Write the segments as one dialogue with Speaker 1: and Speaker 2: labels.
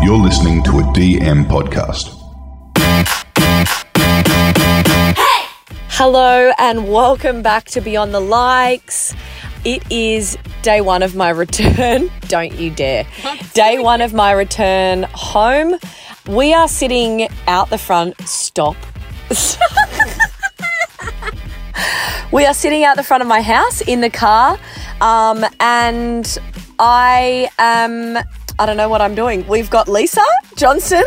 Speaker 1: You're listening to a DM podcast.
Speaker 2: Hello and welcome back to Beyond the Likes. It is day one of my return. Don't you dare. Day one of my return home. We are sitting out the front. Stop. we are sitting out the front of my house in the car. Um, and I am, I don't know what I'm doing. We've got Lisa Johnson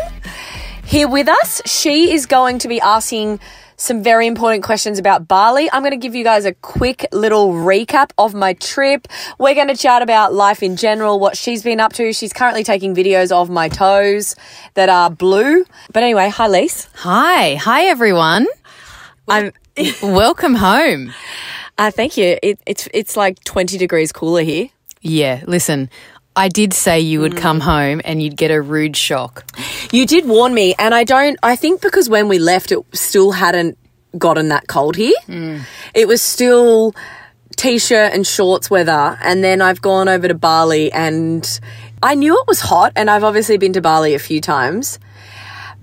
Speaker 2: here with us. She is going to be asking some very important questions about Bali. I'm going to give you guys a quick little recap of my trip. We're going to chat about life in general, what she's been up to. She's currently taking videos of my toes that are blue. But anyway, hi, Lise.
Speaker 3: Hi, hi everyone.
Speaker 2: I'm.
Speaker 3: Welcome home.
Speaker 2: Uh, thank you. It, it's it's like 20 degrees cooler here.
Speaker 3: Yeah, listen, I did say you
Speaker 2: Mm.
Speaker 3: would come home and you'd get a rude shock.
Speaker 2: You did warn me, and I don't. I think because when we left, it still hadn't gotten that cold here. It was still t-shirt and shorts weather, and then I've gone over to Bali, and I knew it was hot, and I've obviously been to Bali a few times.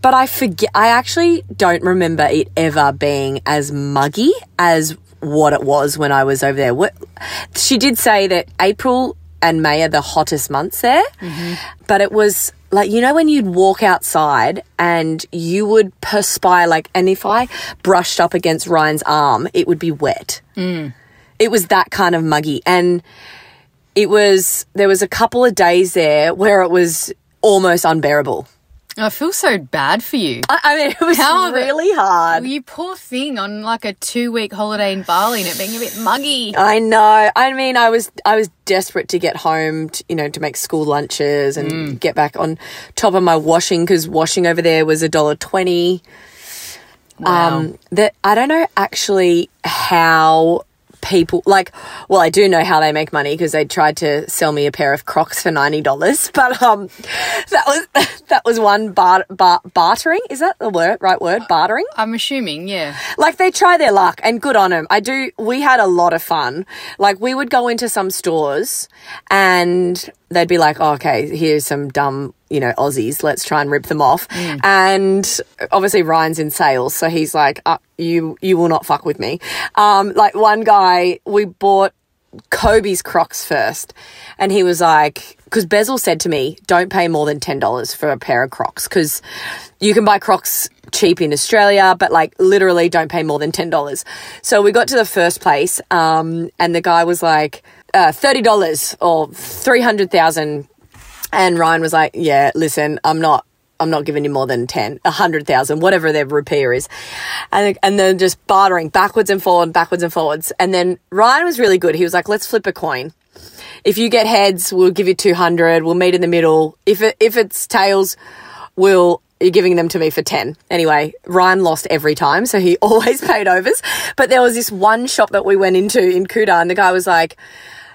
Speaker 2: But I forget. I actually don't remember it ever being as muggy as what it was when I was over there. What, she did say that April and May are the hottest months there, but it was like you know when you'd walk outside and you would perspire like, and if I brushed up against Ryan's arm, it would be wet. It was that kind of muggy, and it was there was a couple of days there where it was almost unbearable.
Speaker 3: I feel so bad for you.
Speaker 2: I, I mean, it was
Speaker 3: How are the-
Speaker 2: really hard.
Speaker 3: You poor thing on like a two week holiday in Bali and it being a bit muggy.
Speaker 2: I know. I mean, I was I was desperate to get home, to, you know, to make school lunches and get back on top of my washing because washing over there was a dollar twenty. Um, that I don't know actually how people like. Well, I do know how they make money because they tried to sell me a pair of Crocs for ninety dollars, but um, that was that was one bar, bar, bartering. Is that the word right word bartering?
Speaker 3: I'm assuming, yeah.
Speaker 2: like they try their luck and good on them. I do. We had a lot of fun. Like we would go into some stores and they'd be like, oh, okay, here's some dumb, you know, Aussies. Let's try and rip them off. And obviously Ryan's in sales. So he's like, uh, you, you will not fuck with me. Um, like one guy, we bought Kobe's Crocs first. And he was like, because Bezel said to me, don't pay more than $10 for a pair of Crocs because you can buy Crocs cheap in Australia, but like literally don't pay more than $10. So we got to the first place um, and the guy was like, uh, $30 or 300000 and Ryan was like, "Yeah, listen, I'm not, I'm not giving you more than ten, a hundred thousand, whatever their rupiah is," and and then just bartering backwards and forward, backwards and forwards. And then Ryan was really good. He was like, "Let's flip a coin. If you get heads, we'll give you two hundred. We'll meet in the middle. If it, if it's tails, we'll." You're giving them to me for 10. Anyway, Ryan lost every time, so he always paid overs. But there was this one shop that we went into in Kuta, and the guy was like,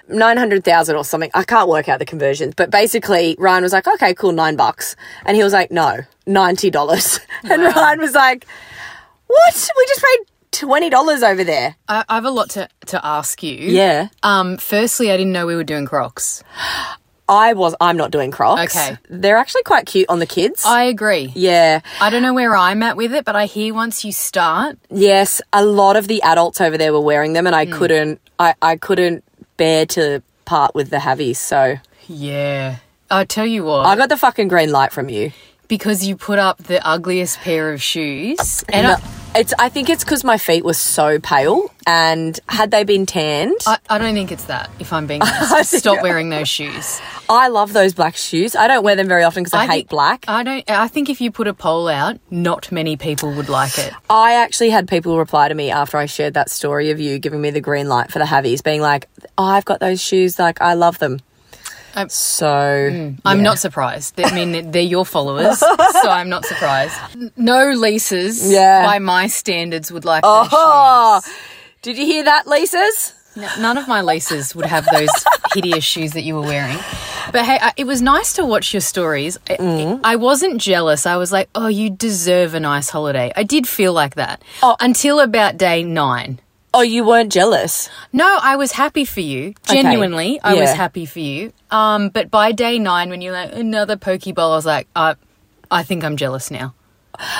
Speaker 2: 900,000 or something. I can't work out the conversions, but basically Ryan was like, okay, cool, nine bucks. And he was like, no, $90. And Ryan was like, what? We just paid $20 over there.
Speaker 3: I, I have a lot to, to ask you.
Speaker 2: Yeah.
Speaker 3: Um, firstly, I didn't know we were doing Crocs.
Speaker 2: I was, I'm not doing Crocs.
Speaker 3: Okay. Oh.
Speaker 2: They're actually quite cute on the kids.
Speaker 3: I agree.
Speaker 2: yeah.
Speaker 3: I don't know where I'm at with it, but I hear once you start,
Speaker 2: Yes. A lot of the adults over there were wearing them and I couldn't, I, I couldn't bear to part with the Havies. So
Speaker 3: yeah. I tell you what.
Speaker 2: I got the fucking green light from you.
Speaker 3: because you put up the ugliest pair of shoes. And
Speaker 2: No, it's. I think it's because my feet were so pale, and had they been tanned, I,
Speaker 3: I, I don't think it's that, if I'm being honest. Stop wearing those shoes.
Speaker 2: love those black shoes. I don't wear them very often because I, hate
Speaker 3: think-
Speaker 2: black.
Speaker 3: I don't I think if you put a poll out, not many people would like it.
Speaker 2: I actually had people reply to me after I shared that story of you giving me the green light for the Havies, being like, oh, "I've got those shoes. Like, I love them."
Speaker 3: I'm- Mm.
Speaker 2: so
Speaker 3: I'm not surprised. I mean, they're your followers, so I'm not surprised. No leases
Speaker 2: Yeah.
Speaker 3: by my standards would like
Speaker 2: Oh, did you hear that, Lisa's?
Speaker 3: those shoes. N- None of my leases would have those hideous shoes that you were wearing. But hey, I, it was nice to watch your stories. I,
Speaker 2: Mm-hmm.
Speaker 3: I wasn't jealous. I was like, oh, you deserve a nice holiday. I did feel like that until about day nine.
Speaker 2: Oh, you weren't jealous.
Speaker 3: No, I was happy for you.
Speaker 2: Okay.
Speaker 3: Genuinely, I was
Speaker 2: Yeah.
Speaker 3: happy for you. Um, but by day nine, when you're like another Pokeball, I was like, uh, I think I'm jealous now.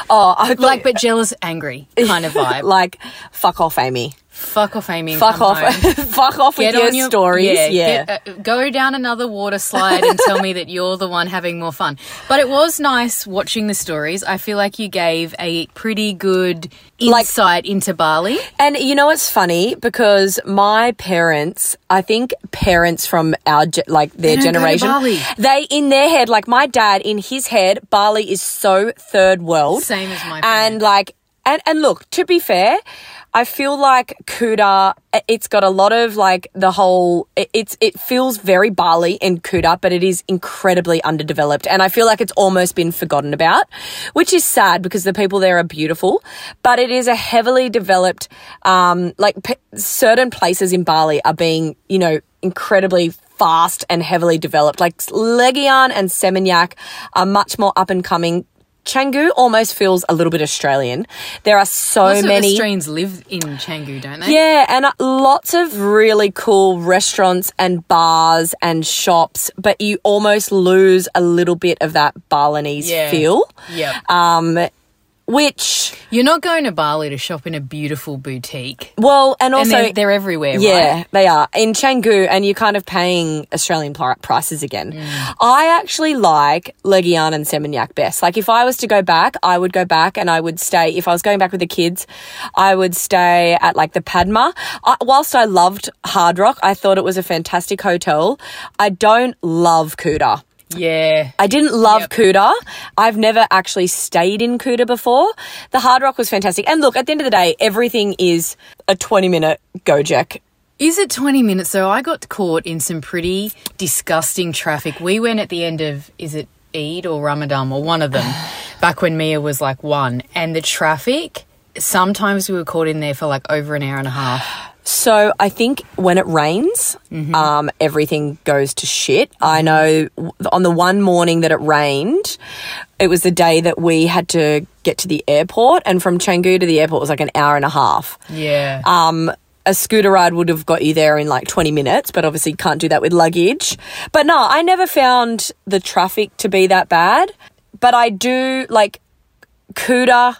Speaker 2: Oh, I thought-
Speaker 3: Like, but jealous, angry kind of vibe.
Speaker 2: like fuck off, Amy.
Speaker 3: Fuck off, Amy. and
Speaker 2: Fuck
Speaker 3: come
Speaker 2: off.
Speaker 3: home.
Speaker 2: fuck off with
Speaker 3: Get
Speaker 2: your,
Speaker 3: on your
Speaker 2: stories. Yeah.
Speaker 3: get- uh, go down another water slide and tell me that you're the one having more fun. But it was nice watching the stories. I feel like you gave a pretty good
Speaker 2: Like-
Speaker 3: insight into Bali.
Speaker 2: And you know it's funny because my parents, I think parents from our ge- like their
Speaker 3: They don't go to
Speaker 2: generation,
Speaker 3: Bali.
Speaker 2: they in their head, like my dad in his head, Bali is so third world,
Speaker 3: Same as my
Speaker 2: and
Speaker 3: parents.
Speaker 2: like and and look to be fair. I feel like Kuta, it's got a lot of like the whole. it- It's it feels very Bali in Kuta, but it is incredibly underdeveloped, and I feel like it's almost been forgotten about, which is sad because the people there are beautiful, but it is a heavily developed. Um, like p- certain places in Bali are being, you know, incredibly fast and heavily developed. Like Legian and Seminyak are much more up and coming. Canggu almost feels a little bit Australian. There are so
Speaker 3: Lots of
Speaker 2: many.
Speaker 3: Australians live in Canggu, don't they?
Speaker 2: Yeah, and uh, lots of really cool restaurants and bars and shops, but you almost lose a little bit of that Balinese
Speaker 3: Yeah.
Speaker 2: feel,
Speaker 3: Yep.
Speaker 2: Uh, which,
Speaker 3: You're not going to Bali to shop in a beautiful boutique.
Speaker 2: well, and
Speaker 3: And
Speaker 2: also.
Speaker 3: they're, they're everywhere,
Speaker 2: yeah,
Speaker 3: right?
Speaker 2: they are in Canggu, and you're kind of paying Australian pri- prices again. I actually like Legian and Seminyak best. Like, if I was to go back, I would go back and I would stay. If I was going back with the kids, I would stay at like the Padma. I, whilst I loved Hard Rock, I thought it was a fantastic hotel. I don't love Kuta.
Speaker 3: Yeah.
Speaker 2: I didn't love Kuta. I've never actually stayed in Kuta before. The Hard Rock was fantastic. And look, at the end of the day, everything is a 20 minute Gojek
Speaker 3: Is it 20 minutes though? I got caught in some pretty disgusting traffic. We went at the end of, is it Eid or Ramadan or one of them, back when Mia was like one. And the traffic, sometimes we were caught in there for like over an hour and a half.
Speaker 2: So I think when it rains, um, everything goes to shit. I know w- on the one morning that it rained, it was the day that we had to get to the airport, and from Canggu to the airport was like an hour and a half.
Speaker 3: Yeah.
Speaker 2: Um, a scooter ride would have got you there in like 20 minutes, but obviously you can't do that with luggage. But no, I never found the traffic to be that bad. But I do like Kuda,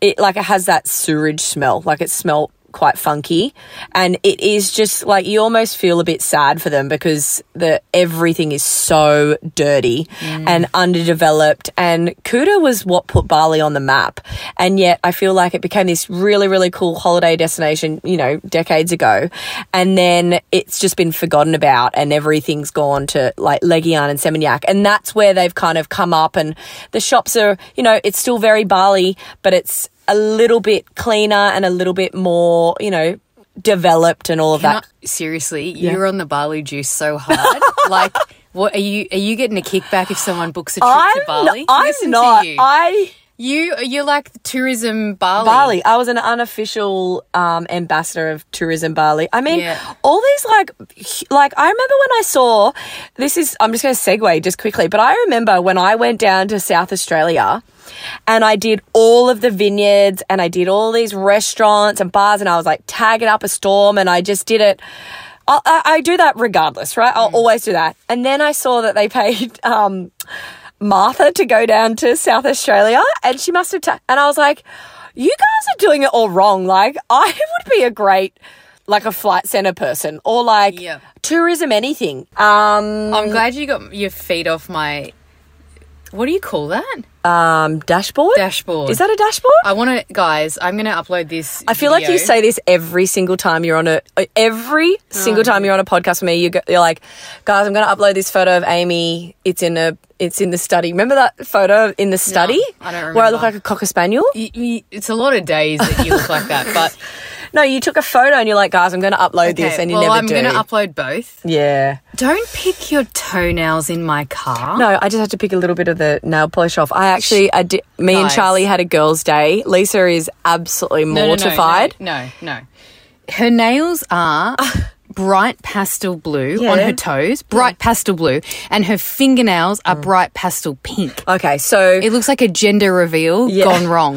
Speaker 2: it like it has that sewage smell. Like it smelled quite funky. And it is just like you almost feel a bit sad for them because the everything is so dirty and underdeveloped. And Kuta was what put Bali on the map. And yet I feel like it became this really, really cool holiday destination, you know, decades ago. And then it's just been forgotten about and everything's gone to like Legian and Seminyak. And that's where they've kind of come up and the shops are, you know, it's still very Bali, but it's a little bit cleaner and a little bit more, you know, developed and all of
Speaker 3: Can
Speaker 2: that.
Speaker 3: I- seriously, you're on the Bali juice so hard. like, what are you? Are you getting a kickback if someone books a trip
Speaker 2: I'm,
Speaker 3: to Bali?
Speaker 2: n- I'm
Speaker 3: Listen
Speaker 2: not.
Speaker 3: To you.
Speaker 2: I
Speaker 3: you you're like tourism Bali.
Speaker 2: Bali. I was an unofficial um, ambassador of tourism Bali. I mean,
Speaker 3: Yeah.
Speaker 2: all these like, h- like I remember when I saw this is. I'm just going to segue just quickly, but I remember when I went down to South Australia. And I did all of the vineyards and I did all these restaurants and bars and I was like tagging up a storm and I just did it. I, I, I do that regardless, right? I'll always do that. And then I saw that they paid um, Martha to go down to South Australia, and she must have. Ta- and I was like, "You guys are doing it all wrong. Like, I would be a great." Like a flight center person, or like
Speaker 3: Yeah.
Speaker 2: tourism, anything. Um,
Speaker 3: I'm glad you got your feet off my. What do you call that?
Speaker 2: um, dashboard.
Speaker 3: Dashboard.
Speaker 2: Is that a dashboard?
Speaker 3: I want to, guys. I'm going to upload this.
Speaker 2: I feel like you say this every single time you're on a uh, every single time you're on a podcast with me. You go, you're like, guys, I'm going to upload this photo of Amy. It's in a it's in the study. Remember that photo in the study? Where
Speaker 3: I don't
Speaker 2: I
Speaker 3: remember.
Speaker 2: look like a cocker spaniel.
Speaker 3: Y- y- It's a lot of days that you look like that, but
Speaker 2: No, you took a photo and you're like, guys, I'm going to upload this,
Speaker 3: Okay,
Speaker 2: and you
Speaker 3: well,
Speaker 2: never
Speaker 3: I'm
Speaker 2: do.
Speaker 3: going to upload both.
Speaker 2: yeah.
Speaker 3: Don't pick your toenails in my car.
Speaker 2: No, I just had to pick a little bit of the nail polish off. I actually, I di- me and
Speaker 3: Guys.
Speaker 2: Charlie had a girls' day. Lisa is absolutely
Speaker 3: No, no, no,
Speaker 2: mortified.
Speaker 3: No, no, no. Her nails are bright pastel blue on
Speaker 2: Yeah. Mm.
Speaker 3: her toes, bright pastel blue, and her fingernails are bright pastel pink.
Speaker 2: Okay, so
Speaker 3: It looks like a gender reveal
Speaker 2: Yeah.
Speaker 3: gone wrong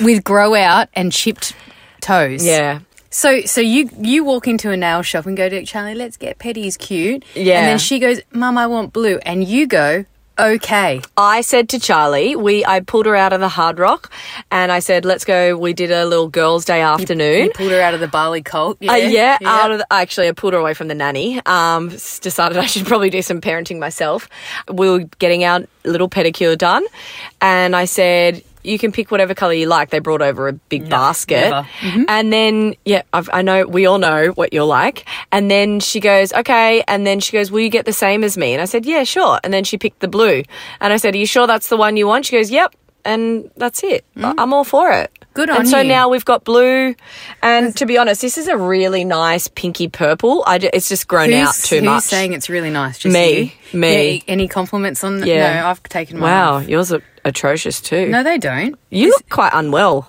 Speaker 3: with grow out and chipped toes.
Speaker 2: Yeah.
Speaker 3: So so you you walk into a nail shop and go to Charlie, let's get petties cute.
Speaker 2: Yeah.
Speaker 3: And then she goes, Mum, I want blue. And you go, Okay.
Speaker 2: I said to Charlie, we I pulled her out of the Hard Rock, and I said, "Let's go." We did a little girls' day afternoon.
Speaker 3: You pulled her out of the barley cult. Yeah.
Speaker 2: Uh, yeah, out of the, actually, I pulled her away from the nanny. Um, s- decided I should probably do some parenting myself. We were getting our little pedicure done, and I said, "You can pick whatever color you like." They brought over a big basket,
Speaker 3: never. Mm-hmm.
Speaker 2: and then yeah, I've, I know we all know what you're like. And then she goes, "Okay," and then she goes, "Will you get the same as me?" And I said, "Yeah, sure." And then she picked the blue, and I said, "Are you sure that's the one you want?" She goes, "Yep." And that's it. I- I'm all for it.
Speaker 3: Mm. Good
Speaker 2: and
Speaker 3: on
Speaker 2: so
Speaker 3: you.
Speaker 2: now we've got blue, and to be honest, this is a really nice pinky purple. I ju- it's just grown
Speaker 3: who's,
Speaker 2: out too
Speaker 3: who's
Speaker 2: much.
Speaker 3: saying it's really nice? Just
Speaker 2: Me.
Speaker 3: you?
Speaker 2: Me.
Speaker 3: Yeah, any compliments on?
Speaker 2: Yeah.
Speaker 3: No, I've taken mine.
Speaker 2: wow,
Speaker 3: off.
Speaker 2: yours are atrocious too.
Speaker 3: No, they don't.
Speaker 2: you look quite unwell.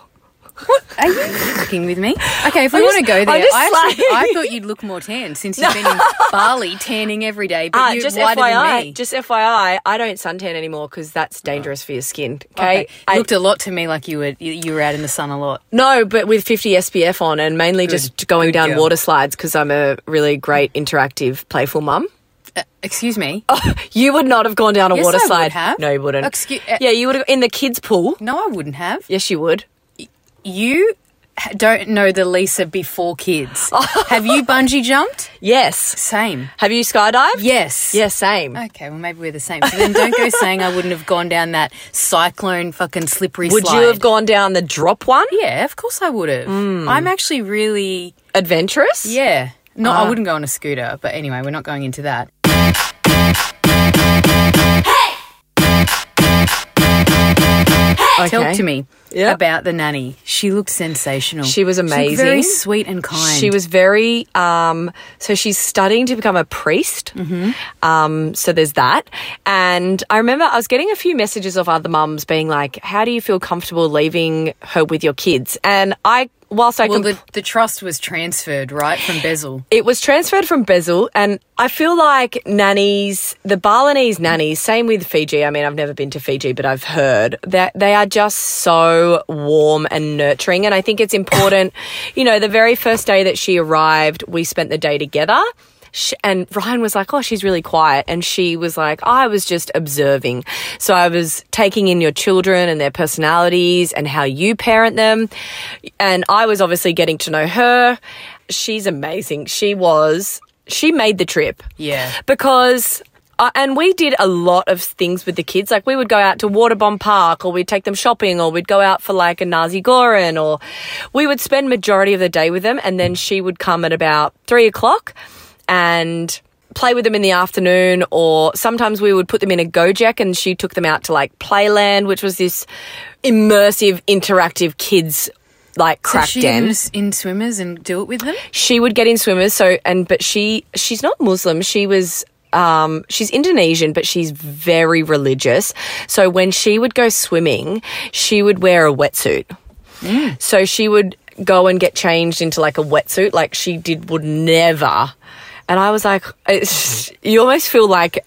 Speaker 3: Are you fucking with me? Okay, if we
Speaker 2: I'm
Speaker 3: want to
Speaker 2: just-
Speaker 3: go
Speaker 2: I'm
Speaker 3: there,
Speaker 2: just
Speaker 3: I, actually,
Speaker 2: like-
Speaker 3: I thought you'd look more tan since you've been in Bali tanning every day. But
Speaker 2: Ah,
Speaker 3: you,
Speaker 2: just
Speaker 3: why
Speaker 2: FYI,
Speaker 3: me?
Speaker 2: just FYI, I don't suntan anymore because that's dangerous for your skin. Okay,
Speaker 3: Oh, Okay.
Speaker 2: I-
Speaker 3: looked a lot to me like you were you, you were out in the sun a lot.
Speaker 2: no, but with 50 SPF on and mainly just going down
Speaker 3: girl.
Speaker 2: water slides because I'm a really great interactive, playful mum.
Speaker 3: Uh, excuse me.
Speaker 2: You would not have gone down a
Speaker 3: Yes,
Speaker 2: water
Speaker 3: I would
Speaker 2: slide.
Speaker 3: have.
Speaker 2: No, you wouldn't.
Speaker 3: Excuse- uh,
Speaker 2: yeah, you would have in the kids' pool.
Speaker 3: No, I wouldn't have.
Speaker 2: Yes, you would.
Speaker 3: You h- don't know the Lisa before kids. have you bungee jumped?
Speaker 2: Yes.
Speaker 3: Same.
Speaker 2: Have you skydived?
Speaker 3: Yes.
Speaker 2: Yeah, same.
Speaker 3: Okay, well maybe we're the same. So then don't go saying I wouldn't have gone down that cyclone fucking slippery
Speaker 2: Would
Speaker 3: slide.
Speaker 2: you have gone Hmm. down the drop one?
Speaker 3: Yeah, of course I would have. I'm actually really
Speaker 2: Adventurous?
Speaker 3: yeah. No,
Speaker 2: Uh,
Speaker 3: I wouldn't go on a scooter, but anyway, we're not going into that.
Speaker 2: Okay.
Speaker 3: Talk to me
Speaker 2: Yeah.
Speaker 3: about the nanny. She looked sensational.
Speaker 2: She was
Speaker 3: looked
Speaker 2: amazing.
Speaker 3: very sweet and kind.
Speaker 2: She was very um, so she's studying to become a priest.
Speaker 3: Mm-hmm.
Speaker 2: Um, so there's that. And I remember I was getting a few messages of other mums being like, "How do you feel comfortable leaving her with your kids?" And I, whilst I
Speaker 3: well.
Speaker 2: compl-
Speaker 3: The, the trust was transferred right from Bezel.
Speaker 2: It was transferred from Bezel, and I feel like nannies, the Balinese nannies, same with Fiji. I mean, I've never been to Fiji, but I've heard that they are just so warm and nurturing. And I think it's important, you know, the very first day that she arrived, we spent the day together. Sh and Ryan was like, Oh, she's really quiet. And she was like, I was just observing. So I was taking in your children and their personalities and how you parent them. And I was obviously getting to know her she's amazing. She was. She made the trip.
Speaker 3: Yeah.
Speaker 2: Because. Uh, and we did a lot of things with the kids. Like we would go out to Waterbomb Park, or we'd take them shopping, or we'd go out for like a Nazi Goran, or we would spend majority of the day with them. And then she would come at about three o'clock, and play with them in the afternoon or sometimes we would put them in a gojek and she took them out to like playland which was this immersive interactive kids like crack
Speaker 3: she
Speaker 2: den
Speaker 3: was in swimmers and do it with them.
Speaker 2: she would get in swimmers so and but she she's not muslim she was um, she's Indonesian, but she's very religious. So when she would go swimming, she would wear a wetsuit.
Speaker 3: Mm.
Speaker 2: So she would go and get changed into like a wetsuit, like she did would never. And I was like, it's, you almost feel like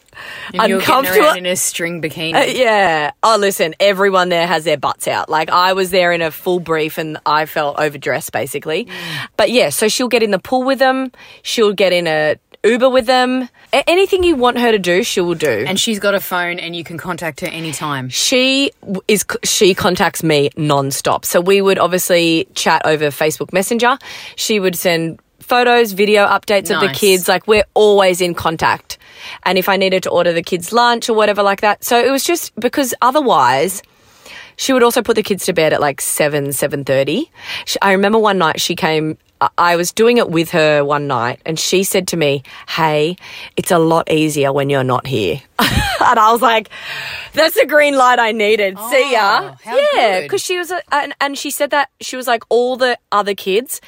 Speaker 3: And you're getting
Speaker 2: uncomfortable.
Speaker 3: around in a string bikini.
Speaker 2: Uh, Yeah. Oh, listen, everyone there has their butts out. Like, I was there in a full brief and I felt overdressed, basically.
Speaker 3: Mm.
Speaker 2: But yeah, so she'll get in the pool with them, she'll get in a Uber with them. A- anything you want her to do, she will do.
Speaker 3: and she's got a phone, and you can contact her anytime.
Speaker 2: She w- is c- she contacts me nonstop. So we would obviously chat over Facebook Messenger. She would send photos, video updates of the
Speaker 3: Nice.
Speaker 2: kids. Like we're always in contact. And if I needed to order the kids lunch or whatever like that. So it was just because otherwise she would also put the kids to bed at like 7 7.30 She- i remember one night she came I- i was doing it with her one night and she said to me hey it's a lot easier when you're not here and i was like that's the green light i needed see ya
Speaker 3: Oh, how
Speaker 2: yeah
Speaker 3: good.
Speaker 2: because she was a, and, and she said that she was like all the other kids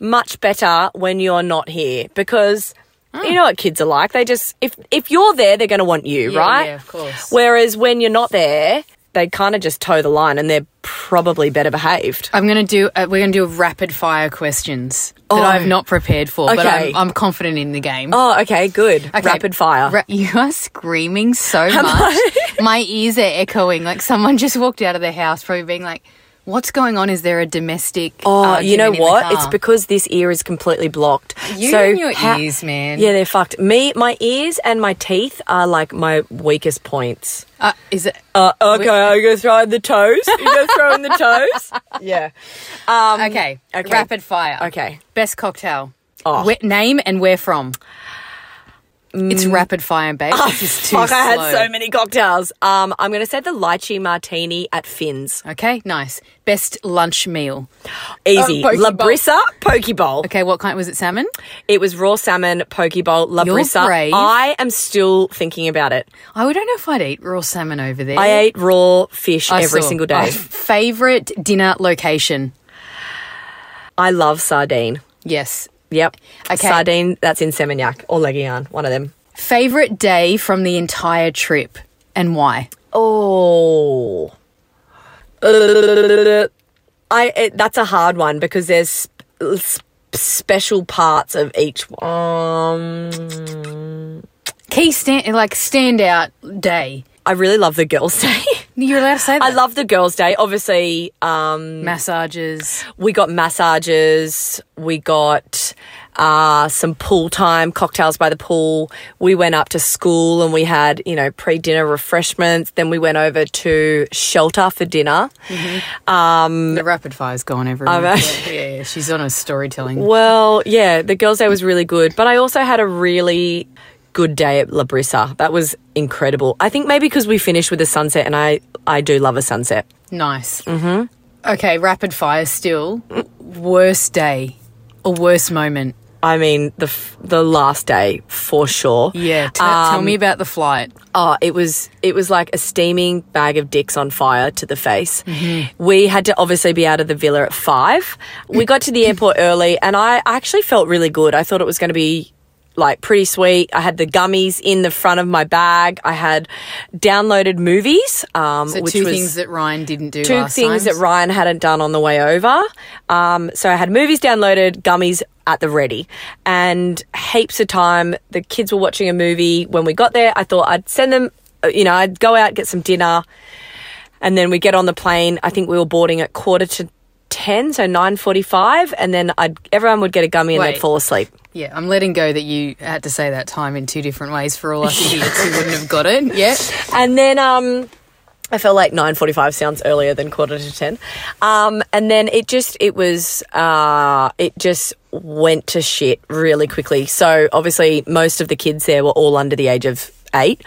Speaker 2: much better when you're not here because
Speaker 3: Ah.
Speaker 2: you know what kids are like they just if if you're there they're going to want you
Speaker 3: Yeah,
Speaker 2: right
Speaker 3: yeah, of course.
Speaker 2: Whereas when you're not there, they kind of just toe the line and they're probably better behaved.
Speaker 3: I'm gonna do. Uh, we're gonna do rapid fire questions
Speaker 2: Oh.
Speaker 3: that I've not prepared for, but
Speaker 2: Okay.
Speaker 3: I'm, I'm confident in the game.
Speaker 2: Oh, okay, good.
Speaker 3: Okay.
Speaker 2: Rapid fire.
Speaker 3: Ra- you are screaming so much. My ears are echoing. Like someone just walked out of their house, probably being like, what's going on? Is there a domestic?
Speaker 2: Oh, you
Speaker 3: argument
Speaker 2: know
Speaker 3: in the
Speaker 2: what? It's
Speaker 3: car?
Speaker 2: because this ear is completely blocked.
Speaker 3: You
Speaker 2: so
Speaker 3: and your
Speaker 2: ha-
Speaker 3: ears, man.
Speaker 2: Yeah, they're fucked. Me, my ears and my teeth are like my weakest points.
Speaker 3: Uh, is it?
Speaker 2: Uh, okay, I go throw in the toes. You go throw in the toes. Yeah.
Speaker 3: okay.
Speaker 2: Um, okay.
Speaker 3: Rapid fire.
Speaker 2: Okay.
Speaker 3: Best cocktail.
Speaker 2: Oh.
Speaker 3: Where- name and where from? It's rapid fire, babe. This is too
Speaker 2: Mm. Ah, Fuck, I
Speaker 3: slow.
Speaker 2: had so many cocktails. Um, I'm going to say the lychee martini at Finn's.
Speaker 3: Okay, nice. Best lunch meal.
Speaker 2: Easy.
Speaker 3: poke bowl.
Speaker 2: Labrissa, poke bowl.
Speaker 3: Okay, what kind was it? Salmon.
Speaker 2: It was raw salmon, poke bowl, Labrissa.
Speaker 3: brave.
Speaker 2: I am still thinking about it.
Speaker 3: I don't know if I'd eat raw salmon over there.
Speaker 2: I ate raw fish
Speaker 3: I
Speaker 2: every
Speaker 3: saw.
Speaker 2: single
Speaker 3: My
Speaker 2: day.
Speaker 3: favorite dinner location.
Speaker 2: I love sardine.
Speaker 3: Yes.
Speaker 2: Yep.
Speaker 3: Okay.
Speaker 2: Sardine, that's in Seminyak or Legian, one of them.
Speaker 3: Favorite day from the entire trip and why?
Speaker 2: Oh. I it, that's a hard one because there's sp- sp- special parts of each um
Speaker 3: Key stand like standout day.
Speaker 2: I really love the girls day.
Speaker 3: You're allowed to say that.
Speaker 2: I love the girls day. Obviously, um
Speaker 3: massages.
Speaker 2: we got massages, we got uh, some pool time, cocktails by the pool. We went up to school and we had, you know, pre dinner refreshments. Then we went over to shelter for dinner. Mm.
Speaker 3: the rapid fire's gone everywhere. yeah, yeah, yeah, she's on a storytelling.
Speaker 2: Well, yeah, the girls' day was really good, but I also had a really good day at La Brissa. That was incredible. I think maybe because we finished with a sunset, and I I do love a sunset.
Speaker 3: Nice. Mm-hmm. Okay, rapid fire still. Worst day or worst moment?
Speaker 2: I mean, the f- the last day for sure.
Speaker 3: Yeah. T- tell
Speaker 2: Um,
Speaker 3: me about the flight.
Speaker 2: Oh, it was it was like a steaming bag of dicks on fire to the face.
Speaker 3: Mm-hmm.
Speaker 2: We had to obviously be out of the villa at five. We got to the airport early, and I actually felt really good. I thought it was going to be like pretty sweet. I had the gummies in the front of my bag. I had downloaded movies, um,
Speaker 3: So
Speaker 2: which
Speaker 3: two
Speaker 2: was
Speaker 3: things that Ryan didn't do.
Speaker 2: two
Speaker 3: last
Speaker 2: things
Speaker 3: time.
Speaker 2: that Ryan hadn't done on the way over. Um, so I had movies downloaded, gummies at the ready, and heaps of time. The kids were watching a movie when we got there. I thought I'd send them, uh, you know, I'd go out, get some dinner, and then we get on the plane. I think we were boarding at quarter to 10, so 9.45, and then I'd, everyone would get a gummy and
Speaker 3: Wait.
Speaker 2: they'd fall asleep.
Speaker 3: Yeah, I'm letting go that you had to say that time in two different ways for all us idiots who wouldn't have got it. Yeah.
Speaker 2: And then um, I felt like nine forty-five sounds earlier than quarter to ten. Um, and then it just it was uh, it just went to shit really quickly. So obviously most of the kids there were all under the age of eight,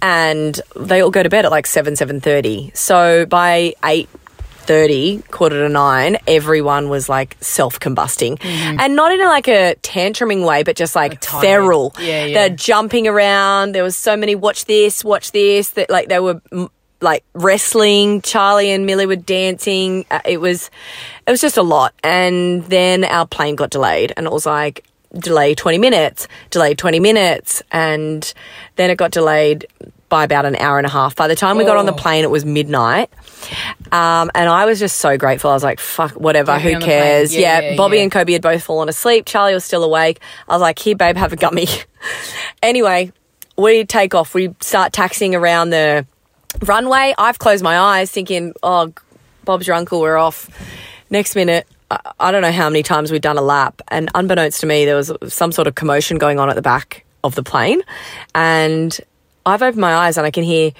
Speaker 2: and they all go to bed at like seven seven thirty. So by eight thirty, quarter to nine, everyone was like self combusting,
Speaker 3: Mm-hmm.
Speaker 2: and not in like a tantruming way, but just like,
Speaker 3: tired.
Speaker 2: feral.
Speaker 3: Yeah, yeah.
Speaker 2: They're jumping around. There was so many watch this, watch this that like they were mm, like wrestling. Charlie and Millie were dancing. Uh, it was, it was just a lot. And then our plane got delayed, and it was like delay twenty minutes, delay twenty minutes, and then it got delayed by about an hour and a half. By the time we got on the plane, it was midnight. Um, and I was just so grateful. I was like, fuck, whatever,
Speaker 3: Bobby
Speaker 2: who
Speaker 3: on the plane.
Speaker 2: cares? yeah,
Speaker 3: Yeah, yeah,
Speaker 2: Bobby
Speaker 3: yeah.
Speaker 2: and Kobe had both fallen asleep. Charlie was still awake. I was like, here, babe, have a gummy. anyway, we take off. We start taxiing around the runway. I've closed my eyes thinking, oh, g- Bob's your uncle, we're off. Next minute, I, I don't know how many times we'd done a lap. And unbeknownst to me, there was some sort of commotion going on at the back of the plane. And I've opened my eyes and I can hear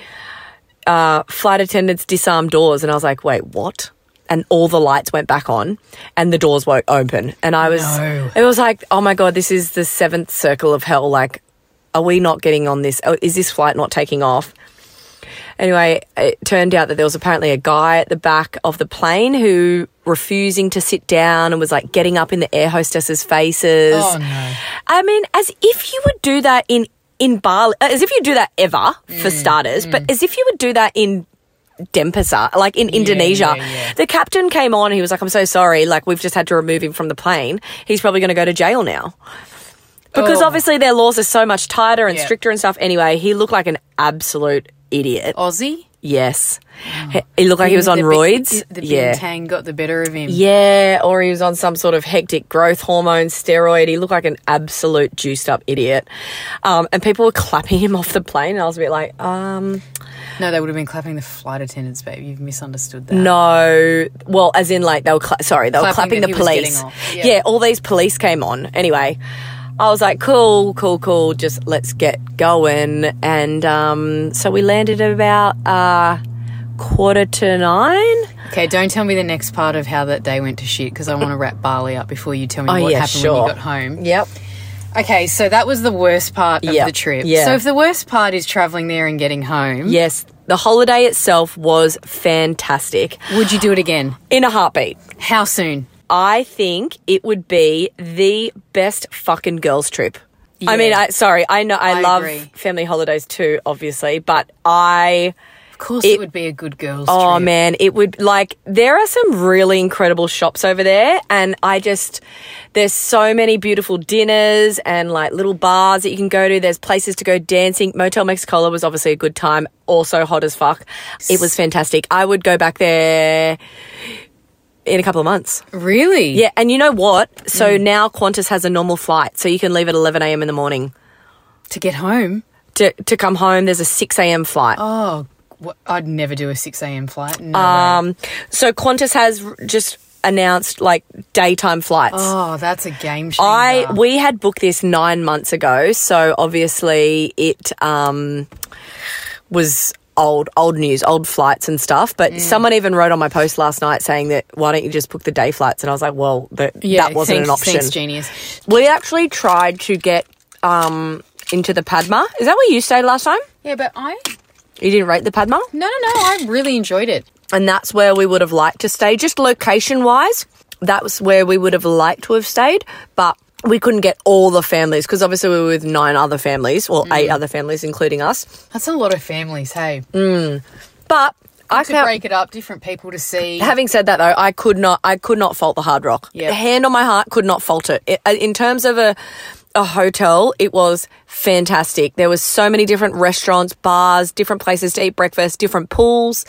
Speaker 2: uh, flight attendants disarm doors. And I was like, wait, what? And all the lights went back on and the doors won't open. And I was,
Speaker 3: No.
Speaker 2: it was like, oh my God, this is the seventh circle of hell. Like, are we not getting on this? Oh, is this flight not taking off? Anyway, it turned out that there was apparently a guy at the back of the plane who refusing to sit down and was like getting up in the air hostesses' faces.
Speaker 3: Oh, no.
Speaker 2: I mean, as if you would do that in in Bali, uh, as if you do that ever
Speaker 3: Mm,
Speaker 2: for starters, but as if you would do that in Denpasar, like in Indonesia.
Speaker 3: yeah, yeah.
Speaker 2: The captain came on. He was like, "I'm so sorry. Like we've just had to remove him from the plane. He's probably going to go to jail now." Because
Speaker 3: Oh.
Speaker 2: obviously their laws are so much tighter and
Speaker 3: Yeah.
Speaker 2: stricter and stuff. Anyway, he looked like an absolute idiot.
Speaker 3: Aussie.
Speaker 2: Yes. He, he looked like he was on
Speaker 3: Oh. The bi-
Speaker 2: roids.
Speaker 3: The, the
Speaker 2: yeah.
Speaker 3: Bintang got the better of him.
Speaker 2: Yeah, or he was on some sort of hectic growth hormone steroid. He looked like an absolute juiced up idiot. Um, and people were clapping him off the plane. And I was a bit like, um,
Speaker 3: No, they would have been clapping the flight attendants, babe. You've misunderstood that.
Speaker 2: No, well, as in like they were cla- sorry, they were clapping
Speaker 3: Clapping that
Speaker 2: the
Speaker 3: he was getting
Speaker 2: police.
Speaker 3: off, yeah.
Speaker 2: Yeah. all these police came on. Anyway, I was like, cool, cool, cool. Just let's get going. And um, so we landed at about uh, quarter to nine.
Speaker 3: Okay, don't tell me the next part of how that day went to shit because I want to wrap Barley up before you tell me
Speaker 2: Oh,
Speaker 3: what
Speaker 2: yeah,
Speaker 3: happened when
Speaker 2: sure.
Speaker 3: you got home.
Speaker 2: Yep.
Speaker 3: Okay, so that was the worst part of
Speaker 2: Yeah,
Speaker 3: the trip.
Speaker 2: yeah.
Speaker 3: So if the worst part is traveling there and getting home,
Speaker 2: Yes, the holiday itself was fantastic.
Speaker 3: would you do it again?
Speaker 2: In a heartbeat.
Speaker 3: How soon?
Speaker 2: I think it would be the best fucking girls trip.
Speaker 3: Yeah.
Speaker 2: I mean, I sorry, I know I,
Speaker 3: I
Speaker 2: love
Speaker 3: agree.
Speaker 2: family holidays too, obviously, but I
Speaker 3: Of course, it,
Speaker 2: It-
Speaker 3: would be a good girls'
Speaker 2: oh
Speaker 3: trip.
Speaker 2: man, it would like there are some really incredible shops over there and I just there's so many beautiful dinners and like little bars that you can go to. There's places to go dancing. Motel Mexicola was obviously a good time, also hot as fuck. It was fantastic. I would go back there in a couple of months.
Speaker 3: Really?
Speaker 2: Yeah, and you know what? So now Qantas has a normal flight, so you can leave at 11 a.m. in the morning
Speaker 3: To get home?
Speaker 2: to, to come home. There's a 6 a.m. flight.
Speaker 3: Oh, wha- I'd never do a 6 a.m. flight. No way.
Speaker 2: Um, so Qantas has r- just announced like daytime flights.
Speaker 3: Oh, that's a game changer.
Speaker 2: I we had booked this nine months ago, so obviously it um, was old old news, old flights and stuff. But someone even wrote on my post last night saying that why don't you just book the day flights? And I was like, well, that
Speaker 3: yeah,
Speaker 2: that wasn't
Speaker 3: thanks,
Speaker 2: an option.
Speaker 3: Thanks, genius.
Speaker 2: We actually tried to get um, into the Padma. Is that where you stayed last time?
Speaker 3: Yeah, but I
Speaker 2: You didn't rate the Padma?
Speaker 3: no no no. I really enjoyed it.
Speaker 2: And that's where we would have liked to stay, just location wise. That was where we would have liked to have stayed, but we couldn't get all the families because obviously we were with nine other families, or eight other families, including us.
Speaker 3: That's a lot of families. Hey,
Speaker 2: Mm. But I
Speaker 3: to
Speaker 2: can't.
Speaker 3: break it up, different people to see.
Speaker 2: Having said that, though, I could not, I could not fault the Hard Rock.
Speaker 3: Yeah.
Speaker 2: Hand on my heart, could not fault it. it. uh, In terms of a a hotel, it was fantastic. There was so many different restaurants, bars, different places to eat breakfast, different pools,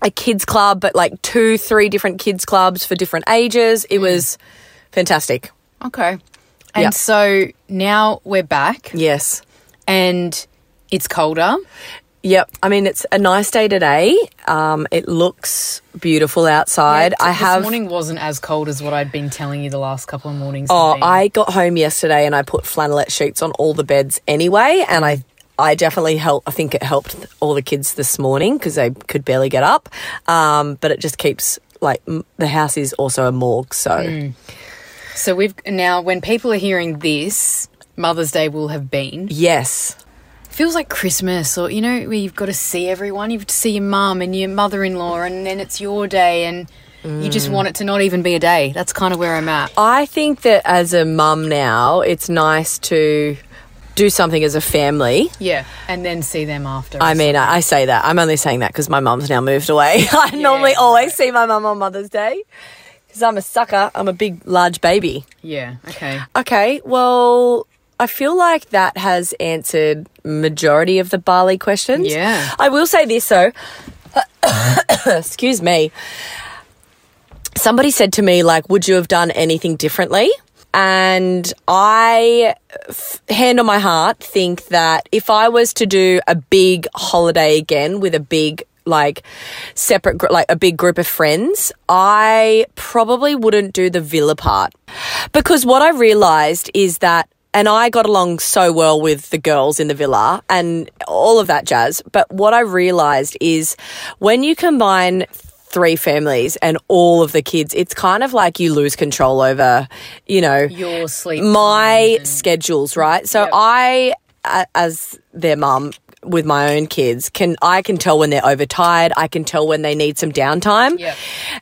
Speaker 2: a kids club, but like two, three different kids clubs for different ages. It
Speaker 3: Mm.
Speaker 2: was fantastic.
Speaker 3: okay, and
Speaker 2: Yeah.
Speaker 3: so now we're back,
Speaker 2: Yes.
Speaker 3: and it's colder.
Speaker 2: Yep. I mean, it's a nice day today. Um, it looks beautiful outside. I
Speaker 3: this
Speaker 2: have.
Speaker 3: morning wasn't as cold as what I'd been telling you the last couple of mornings.
Speaker 2: Oh,
Speaker 3: have been.
Speaker 2: I got home yesterday and I put flannelette sheets on all the beds anyway, and I I definitely help. I think it helped all the kids this morning because they could barely get up. Um, but it just keeps like m- the house is also a morgue, so
Speaker 3: so we've now when people are hearing this. Mother's Day will have been.
Speaker 2: yes,
Speaker 3: feels like Christmas, or you know, where you've got to see everyone. You've got to see your mum and your mother-in-law, and then it's your day, and you just
Speaker 2: Mm.
Speaker 3: want it to not even be a day. That's kind of where I'm at.
Speaker 2: I think that as a mum now, it's nice to do something as a family.
Speaker 3: Yeah, and then see them after.
Speaker 2: I mean, I, I say that. I'm only saying that because my mum's now moved away. I normally always see my mum on Mother's Day because I'm a sucker. I'm a big, large baby.
Speaker 3: yeah, okay.
Speaker 2: Okay, well, I feel like that has answered majority of the Bali questions.
Speaker 3: Yeah.
Speaker 2: I will say this though. Excuse me. Somebody said to me like, "Would you have done anything differently?" And I f- hand on my heart think that if I was to do a big holiday again with a big like separate gr- like a big group of friends, I probably wouldn't do the villa part. Because what I realized is that, and I got along so well with the girls in the villa and all of that jazz. But what I realized is when you combine three families and all of the kids, it's kind of like you lose control over, you know,
Speaker 3: Your sleep.
Speaker 2: my
Speaker 3: times and-
Speaker 2: schedules, right? So
Speaker 3: Yep.
Speaker 2: I, a- as their mum with my own kids, can I can tell when they're overtired. I can tell when they need some downtime,
Speaker 3: Yep.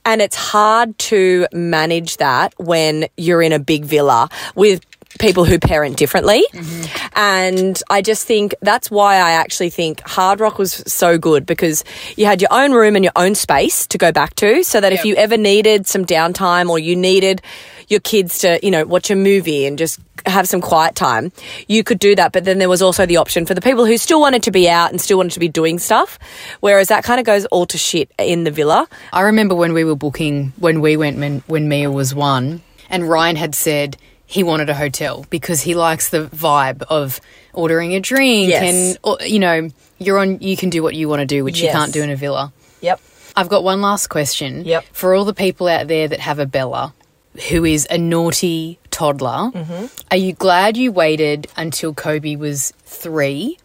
Speaker 2: and it's hard to manage that when you're in a big villa with people who parent differently.
Speaker 3: Mm-hmm.
Speaker 2: And I just think that's why I actually think Hard Rock was so good because you had your own room and your own space to go back to so that
Speaker 3: Yep.
Speaker 2: if you ever needed some downtime or you needed your kids to, you know, watch a movie and just have some quiet time, you could do that. But then there was also the option for the people who still wanted to be out and still wanted to be doing stuff. Whereas that kind of goes all to shit in the villa.
Speaker 3: I remember when we were booking when we went when, when Mia was one, and Ryan had said he wanted a hotel because he likes the vibe of ordering a drink
Speaker 2: Yes.
Speaker 3: and or- you know you're on. You can do what you want to do, which you
Speaker 2: Yes.
Speaker 3: can't do in a villa.
Speaker 2: Yep.
Speaker 3: I've got one last question.
Speaker 2: Yep.
Speaker 3: For all the people out there that have a Bella, who is a naughty toddler,
Speaker 2: Mm-hmm.
Speaker 3: are you glad you waited until Kobe was three?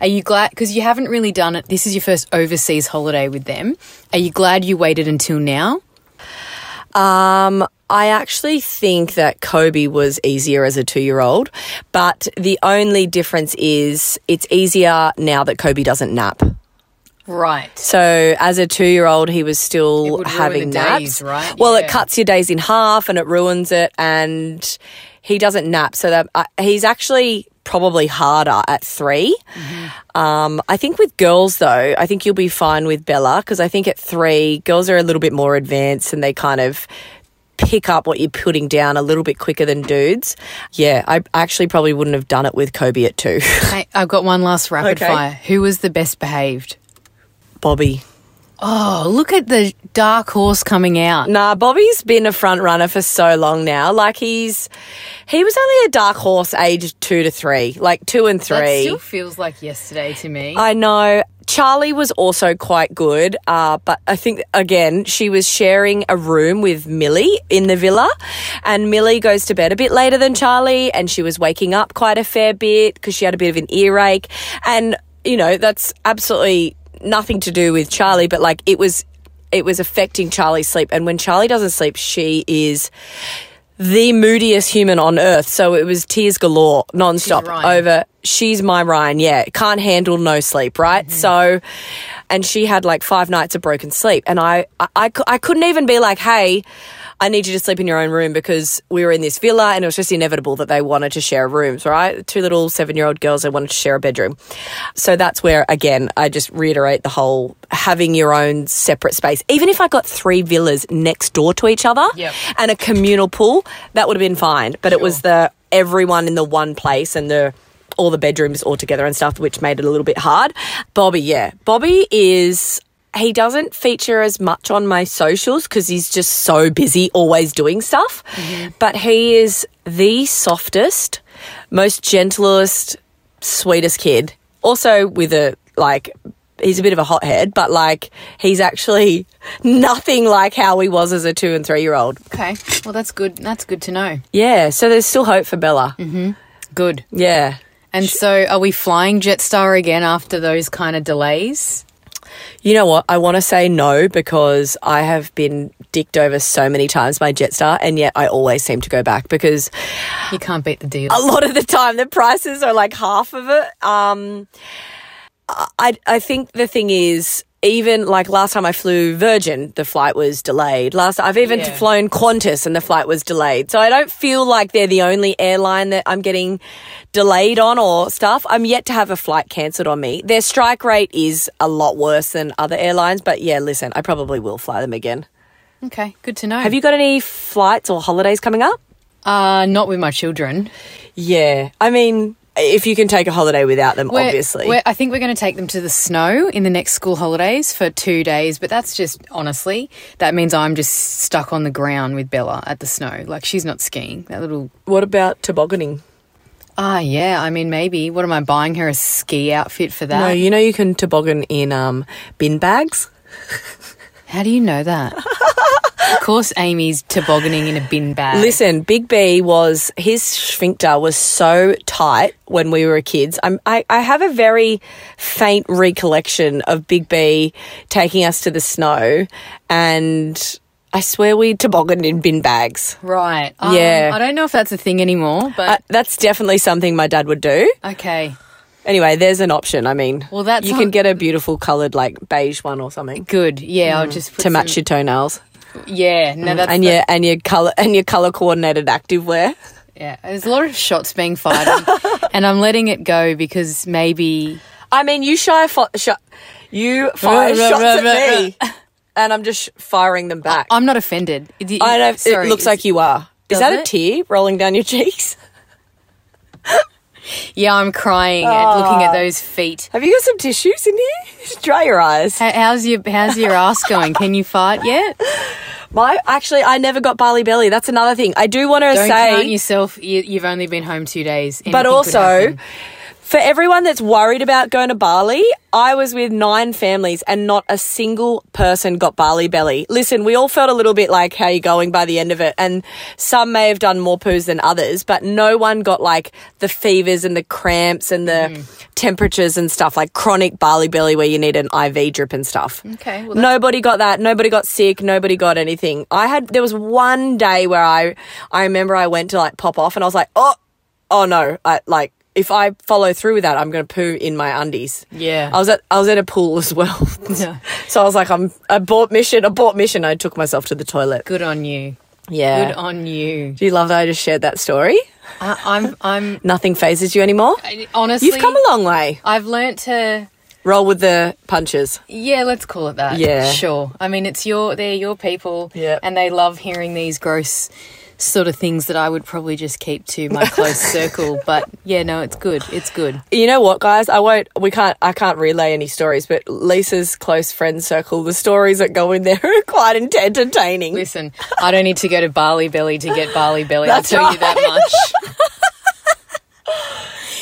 Speaker 3: Are you glad because you haven't really done it? This is your first overseas holiday with them. Are you glad you waited until now?
Speaker 2: Um, I actually think that Kobe was easier as a two year old, but the only difference is it's easier now that Kobe doesn't nap.
Speaker 3: Right.
Speaker 2: So as a two year old, he was
Speaker 3: It
Speaker 2: still
Speaker 3: would ruin
Speaker 2: having
Speaker 3: the
Speaker 2: naps.
Speaker 3: days, right?
Speaker 2: Well,
Speaker 3: Yeah.
Speaker 2: it cuts your days in half and it ruins it, and he doesn't nap. So that uh, he's actually probably harder at 3
Speaker 3: Mm-hmm.
Speaker 2: Um, I think with girls though, I think you'll be fine with Bella because I think at three, girls are a little bit more advanced and they kind of. Pick up what you're putting down a little bit quicker than dudes. Yeah, I actually probably wouldn't have done it with Kobe at two.
Speaker 3: Okay, I've got one last rapid
Speaker 2: Okay.
Speaker 3: fire. Who was the best behaved?
Speaker 2: Bobby.
Speaker 3: Oh, look at the dark horse coming out.
Speaker 2: Nah, Bobby's been a front runner for so long now. Like he's he was only a dark horse aged two to three, like two and three. Uh,
Speaker 3: That still feels like yesterday to me.
Speaker 2: I know. Charlie was also quite good, uh, but I think, again, she was sharing a room with Millie in the villa. And Millie goes to bed a bit later than Charlie, and she was waking up quite a fair bit because she had a bit of an earache. And, you know, that's absolutely nothing to do with Charlie, but like it was. It was affecting Charlie's sleep. And when Charlie doesn't sleep, she is the moodiest human on earth. So it was tears galore nonstop
Speaker 3: She's Ryan.
Speaker 2: over. She's my Ryan. Yeah. Can't handle no sleep, right? So, and she had like five nights of broken sleep. And I, I, I, cou- I couldn't even be like, hey, I need you to sleep in your own room because we were in this villa and it was just inevitable that they wanted to share rooms, right? Two little seven year old girls, they wanted to share a bedroom. So that's where, again, I just reiterate the whole having your own separate space. Even if I got three villas next door to each other
Speaker 3: Yep.
Speaker 2: and a communal pool, that would have been fine. But it was the everyone in the one place and the all the bedrooms all together and stuff, which made it a little bit hard. Bobby, yeah, Bobby is. He doesn't feature as much on my socials because he's just so busy, always doing stuff. But he is the softest, most gentlest, sweetest kid. Also, with a like, he's a bit of a hothead, but like, he's actually nothing like how he was as a two and three year old.
Speaker 3: okay. Well, that's good. That's good to know.
Speaker 2: Yeah, so there's still hope for Bella.
Speaker 3: Good.
Speaker 2: Yeah.
Speaker 3: And so, are we flying Jetstar again after those kind of delays?
Speaker 2: You know what? I want to say no because I have been dicked over so many times by Jetstar, and yet I always seem to go back because
Speaker 3: You can't beat the deal.
Speaker 2: a lot of the time the prices are like half of it. Um, I I think the thing is. Even like last time I flew Virgin, the flight was delayed. Last I've even
Speaker 3: Yeah.
Speaker 2: flown Qantas and the flight was delayed. So I don't feel like they're the only airline that I'm getting delayed on or stuff. I'm yet to have a flight cancelled on me. Their strike rate is a lot worse than other airlines, but yeah, listen, I probably will fly them again.
Speaker 3: Okay, good to know.
Speaker 2: Have you got any flights or holidays coming up?
Speaker 3: Uh, not with my children.
Speaker 2: Yeah. I mean, if you can take a holiday without them,
Speaker 3: We're-
Speaker 2: obviously.
Speaker 3: we're- I think we're going to take them to the snow in the next school holidays for two days, but that's just honestly, that means I'm just stuck on the ground with Bella at the snow. Like, she's not skiing. That little.
Speaker 2: what about tobogganing?
Speaker 3: Ah, yeah. I mean, maybe. What am I buying her a ski outfit for that?
Speaker 2: no, you know you can toboggan in um, bin bags.
Speaker 3: How do you know that? of course, Amy's tobogganing in a bin bag.
Speaker 2: Listen, Big B was his sphincter was so tight when we were kids. I'm, I I have a very faint recollection of Big B taking us to the snow, and I swear we tobogganed in bin bags.
Speaker 3: Right. Um,
Speaker 2: Yeah.
Speaker 3: I don't know if that's a thing anymore,
Speaker 2: Uh,
Speaker 3: but
Speaker 2: that's definitely something my dad would do.
Speaker 3: okay.
Speaker 2: Anyway, there's an option. I mean,
Speaker 3: Well, that's
Speaker 2: you
Speaker 3: on-
Speaker 2: can get a beautiful coloured like beige one or something
Speaker 3: Good. Yeah, I'll just put
Speaker 2: Mm. to match
Speaker 3: some-
Speaker 2: your toenails.
Speaker 3: Yeah, no, that's
Speaker 2: and
Speaker 3: the-
Speaker 2: your and your color and your color coordinated activewear.
Speaker 3: yeah. There's a lot of shots being fired, and, and I'm letting it go because maybe
Speaker 2: I mean, you shy fo- sh- you fire
Speaker 3: ruh,
Speaker 2: shots
Speaker 3: ruh,
Speaker 2: at
Speaker 3: ruh,
Speaker 2: me, and I'm just firing them back. I,
Speaker 3: I'm not offended. It,
Speaker 2: know it looks like you are. Is
Speaker 3: Does
Speaker 2: that a
Speaker 3: it?
Speaker 2: tear rolling down your cheeks?
Speaker 3: Yeah, I'm crying
Speaker 2: Ah.
Speaker 3: at looking at those feet.
Speaker 2: Have you got some tissues in here? Dry your eyes.
Speaker 3: How- How's your How's your ass going? Can you fart yet?
Speaker 2: My actually, I never got barley belly. That's another thing. I do want to
Speaker 3: Don't
Speaker 2: say.
Speaker 3: count yourself. You, you've only been home two days, Anything
Speaker 2: but
Speaker 3: could
Speaker 2: also
Speaker 3: happen.
Speaker 2: For everyone that's worried about going to Bali, I was with nine families and not a single person got Bali belly. Listen, we all felt a little bit like how you going by the end of it, and some may have done more poos than others, but no one got like the fevers and the cramps and the
Speaker 3: Mm.
Speaker 2: temperatures and stuff like chronic Bali belly where you need an IV drip and stuff.
Speaker 3: Okay, well, that's-
Speaker 2: nobody got that. Nobody got sick. Nobody got anything. I had there was one day where I I remember I went to like pop off and I was like, oh oh no, I like if I follow through with that, I'm going to poo in my undies.
Speaker 3: Yeah.
Speaker 2: I was at I was at a pool as well,
Speaker 3: Yeah.
Speaker 2: so I was like, I'm abort mission, abort mission. I took myself to the toilet.
Speaker 3: Good on you.
Speaker 2: Yeah.
Speaker 3: Good on you.
Speaker 2: Do you love that I just shared that story?
Speaker 3: I, I'm. I'm.
Speaker 2: Nothing phases you anymore.
Speaker 3: I- Honestly,
Speaker 2: You've come a long way.
Speaker 3: I've learnt to.
Speaker 2: Roll with the punches.
Speaker 3: Yeah, let's call it that.
Speaker 2: Yeah.
Speaker 3: sure. I mean, it's your. They're your people.
Speaker 2: Yep.
Speaker 3: and they love hearing these gross sort of things that I would probably just keep to my close circle. But yeah, no, it's good. It's good.
Speaker 2: You know what, guys? I won't. We can't. I can't relay any stories. But Lisa's close friend circle, the stories that go in there are quite entertaining.
Speaker 3: Listen, I don't need to go to Barley Belly to get Barley Belly.
Speaker 2: That's
Speaker 3: I'll tell you that much.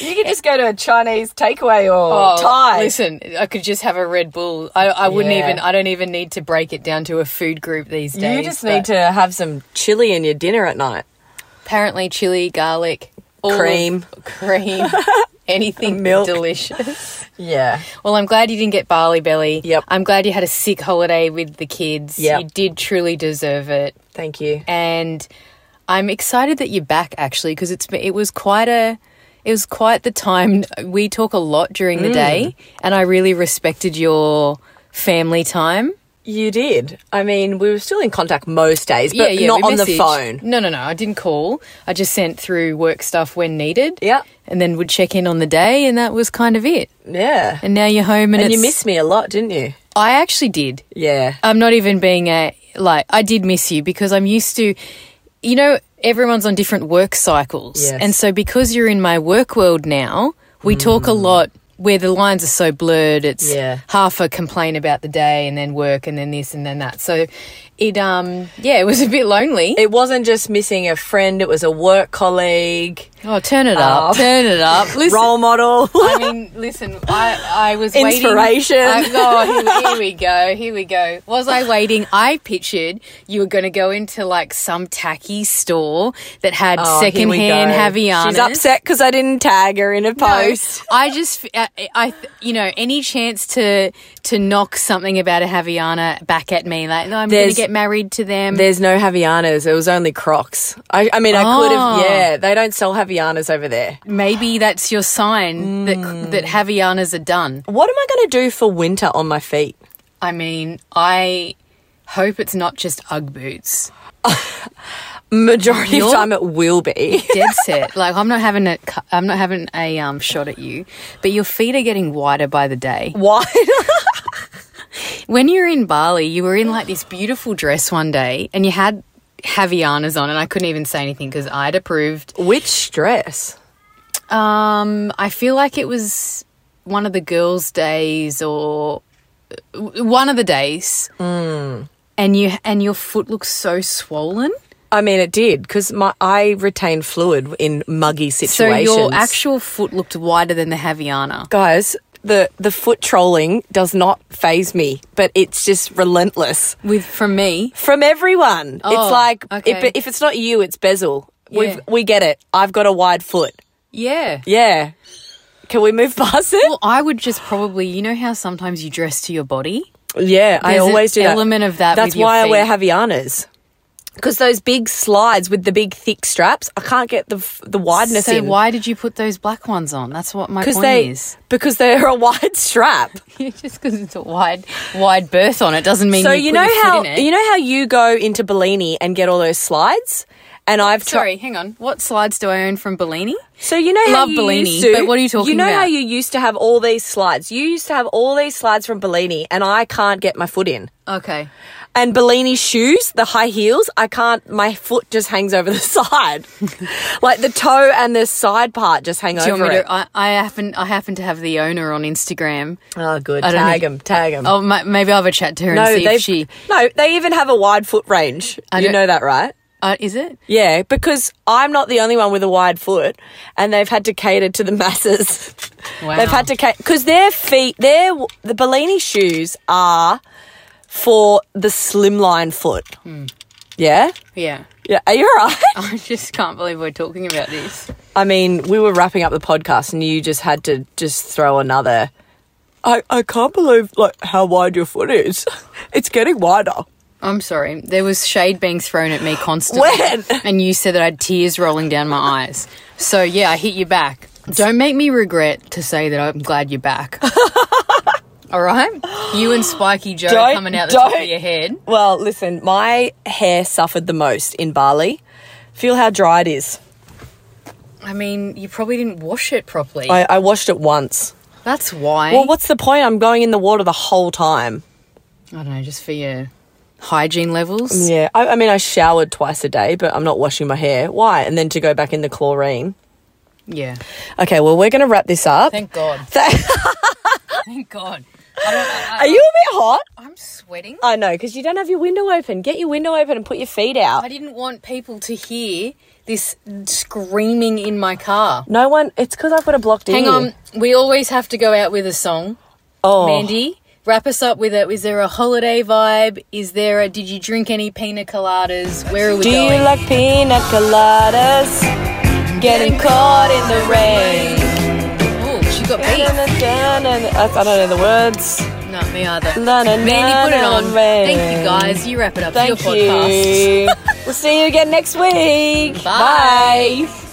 Speaker 2: you can just go to a Chinese takeaway or
Speaker 3: Oh,
Speaker 2: Thai.
Speaker 3: Listen, I could just have a Red Bull. I, I wouldn't
Speaker 2: Yeah.
Speaker 3: even. I don't even need to break it down to a food group these days.
Speaker 2: You just
Speaker 3: but-
Speaker 2: need to have some chili in your dinner at night.
Speaker 3: apparently chili, garlic, all of-
Speaker 2: Cream.
Speaker 3: cream, anything
Speaker 2: Milk.
Speaker 3: delicious.
Speaker 2: Yeah.
Speaker 3: Well, I'm glad you didn't get barley belly.
Speaker 2: Yep.
Speaker 3: I'm glad you had a sick holiday with the kids.
Speaker 2: Yep.
Speaker 3: You did truly deserve it,
Speaker 2: Thank you.
Speaker 3: and I'm excited that you're back actually because it's it was quite a. It was quite the time. We talk a lot during the
Speaker 2: Mm.
Speaker 3: day, and I really respected your family time.
Speaker 2: You did. I mean, we were still in contact most days, but
Speaker 3: we
Speaker 2: not on the
Speaker 3: messaged.
Speaker 2: phone.
Speaker 3: No, no, no. I didn't call. I just sent through work stuff when needed.
Speaker 2: Yep.
Speaker 3: And then would check in on the day, and that was kind of it.
Speaker 2: Yeah. And,
Speaker 3: And now you're home, and,
Speaker 2: you
Speaker 3: it's-
Speaker 2: missed me a lot, didn't you?
Speaker 3: I actually did.
Speaker 2: Yeah.
Speaker 3: I'm not even being a like. I did miss you because I'm used to, you know, everyone's on different work cycles,
Speaker 2: Yes.
Speaker 3: and so because you're in my work world now, we talk a lot. Where the lines are so blurred, it's
Speaker 2: Mm. Yeah.
Speaker 3: half a complaint about the day, and then work, and then this, and then that. So, it um, yeah, it was a bit lonely.
Speaker 2: It wasn't just missing a friend, it was a work colleague,
Speaker 3: Oh, turn it
Speaker 2: Oh.
Speaker 3: up. Turn it up. Listen.
Speaker 2: role model.
Speaker 3: I mean, listen, I, I was waiting.
Speaker 2: Inspiration.
Speaker 3: I, oh, here, here we go. Here we go. Was I waiting? I pictured you were going to go into like some tacky store that had
Speaker 2: Oh, here we
Speaker 3: secondhand
Speaker 2: go.
Speaker 3: Havaianas.
Speaker 2: She's upset because I didn't tag her in a
Speaker 3: No,
Speaker 2: post.
Speaker 3: I just, I, I, you know, any chance to to knock something about a Haviana back at me, like "No, I'm going to
Speaker 2: There's-
Speaker 3: get married to them.
Speaker 2: There's no Havianas. It was only Crocs. I, I mean, I could
Speaker 3: Oh.
Speaker 2: have. Yeah, they don't sell Havianas over there.
Speaker 3: Maybe that's your sign
Speaker 2: Mm.
Speaker 3: that that Havianas are done.
Speaker 2: What am I going to do for winter on my feet?
Speaker 3: I mean, I hope it's not just UGG boots.
Speaker 2: Majority of
Speaker 3: You're-
Speaker 2: time, it will be.
Speaker 3: Dead set. like I'm not having a, cu- I'm not having a um, shot at you, but your feet are getting wider by the day.
Speaker 2: Why?
Speaker 3: When you were in Bali, you were in like this beautiful dress one day, and you had Havianas on, and I couldn't even say anything because I'd approved.
Speaker 2: Which dress?
Speaker 3: Um, I feel like it was one of the girls' days or w- one of the days, and you and your foot looks so swollen.
Speaker 2: I mean, it did because my I retain fluid in muggy
Speaker 3: So
Speaker 2: situations.
Speaker 3: your actual foot looked wider than the Haviana.
Speaker 2: guys, the the foot trolling does not phase me, but it's just relentless
Speaker 3: With from me,
Speaker 2: from everyone.
Speaker 3: Oh,
Speaker 2: it's like
Speaker 3: okay.
Speaker 2: if, if it's not you, it's Bezel.
Speaker 3: Yeah.
Speaker 2: We've, we get it. I've got a wide foot.
Speaker 3: yeah.
Speaker 2: Yeah. Can we move past it?
Speaker 3: Well, I would just probably, you know how sometimes you dress to your body.
Speaker 2: Yeah, I
Speaker 3: There's an
Speaker 2: always do that.
Speaker 3: element of that
Speaker 2: That's
Speaker 3: with your
Speaker 2: why
Speaker 3: feet.
Speaker 2: I wear Havianas. Because those big slides with the big thick straps, I can't get the f- the wideness
Speaker 3: so
Speaker 2: in.
Speaker 3: why did you put those black ones on? That's what my
Speaker 2: Because
Speaker 3: point
Speaker 2: they
Speaker 3: is.
Speaker 2: because they're a wide strap.
Speaker 3: just because it's a wide, wide berth on it doesn't mean.
Speaker 2: so
Speaker 3: you,
Speaker 2: you
Speaker 3: put
Speaker 2: know
Speaker 3: your foot
Speaker 2: how
Speaker 3: in it.
Speaker 2: you know how you go into Bellini and get all those slides, and I've tried.
Speaker 3: Sorry, hang on. What slides do I own from Bellini?
Speaker 2: So you know how
Speaker 3: Love
Speaker 2: you
Speaker 3: Bellini,
Speaker 2: used to,
Speaker 3: but what are you talking
Speaker 2: You know how
Speaker 3: about?
Speaker 2: you used to have all these slides. You used to have all these slides from Bellini, and I can't get my foot in.
Speaker 3: Okay.
Speaker 2: and Bellini shoes, the high heels, I can't, my foot just hangs over the side. like the toe and the side part just hang
Speaker 3: Do you
Speaker 2: over
Speaker 3: want me
Speaker 2: it.
Speaker 3: to? I, I happen. I happen to have the owner on Instagram.
Speaker 2: oh, good.
Speaker 3: I don't
Speaker 2: Tag
Speaker 3: know.
Speaker 2: him, tag him.
Speaker 3: Oh, ma- maybe I'll have a chat to her and see if she.
Speaker 2: no, they even have a wide foot range. you
Speaker 3: don't-
Speaker 2: know that, right?
Speaker 3: Uh, is it?
Speaker 2: Yeah, because I'm not the only one with a wide foot, and they've had to cater to the masses.
Speaker 3: Wow.
Speaker 2: They've had to cater because their feet, their the Bellini shoes are for the slimline foot. Yeah,
Speaker 3: Yeah.
Speaker 2: yeah. Are you alright?
Speaker 3: I just can't believe we're talking about this.
Speaker 2: I mean, we were wrapping up the podcast, and you just had to just throw another. I I can't believe like how wide your foot is. It's getting wider.
Speaker 3: I'm sorry. There was shade being thrown at me constantly.
Speaker 2: When?
Speaker 3: And you said that I had tears rolling down my eyes. So, yeah, I hit you back. Don't make me regret to say that I'm glad you're back. All right? You and Spiky Joe
Speaker 2: Don't-
Speaker 3: coming out the top of
Speaker 2: don't-
Speaker 3: your head.
Speaker 2: Well, listen, my hair suffered the most in Bali. Feel how dry it is.
Speaker 3: I mean, you probably didn't wash it properly.
Speaker 2: I, I washed it once.
Speaker 3: That's why.
Speaker 2: Well, what's the point? I'm going in the water the whole time.
Speaker 3: I don't know, just for your hygiene levels.
Speaker 2: Yeah, I, I mean, I showered twice a day, but I'm not washing my hair. Why? And then to go back in the chlorine.
Speaker 3: Yeah.
Speaker 2: Okay, well, we're going to wrap this up.
Speaker 3: Thank God.
Speaker 2: Thank-
Speaker 3: Thank God. I don't, I,
Speaker 2: Are you a bit hot?
Speaker 3: I'm sweating.
Speaker 2: I know, because you don't have your window open. Get your window open and put your feet out.
Speaker 3: I didn't want people to hear this screaming in my car.
Speaker 2: No one, it's because I've got a blocked ear.
Speaker 3: Hang on, we always have to go out with a song.
Speaker 2: Oh,
Speaker 3: Mandy, wrap us up with it. Is there a holiday vibe? Is there a did you drink any pina coladas? Where are we
Speaker 2: Do
Speaker 3: going?
Speaker 2: you like pina coladas? Getting caught in the rain.
Speaker 3: oh, she got beef.
Speaker 2: I don't know the words.
Speaker 3: Not me either.
Speaker 2: Na, na, na,
Speaker 3: Mandy, put it
Speaker 2: na,
Speaker 3: on.
Speaker 2: rain.
Speaker 3: Thank you guys. You wrap it up.
Speaker 2: Thank
Speaker 3: Your podcast.
Speaker 2: you. we'll see you again next week.
Speaker 3: Bye.
Speaker 2: Bye.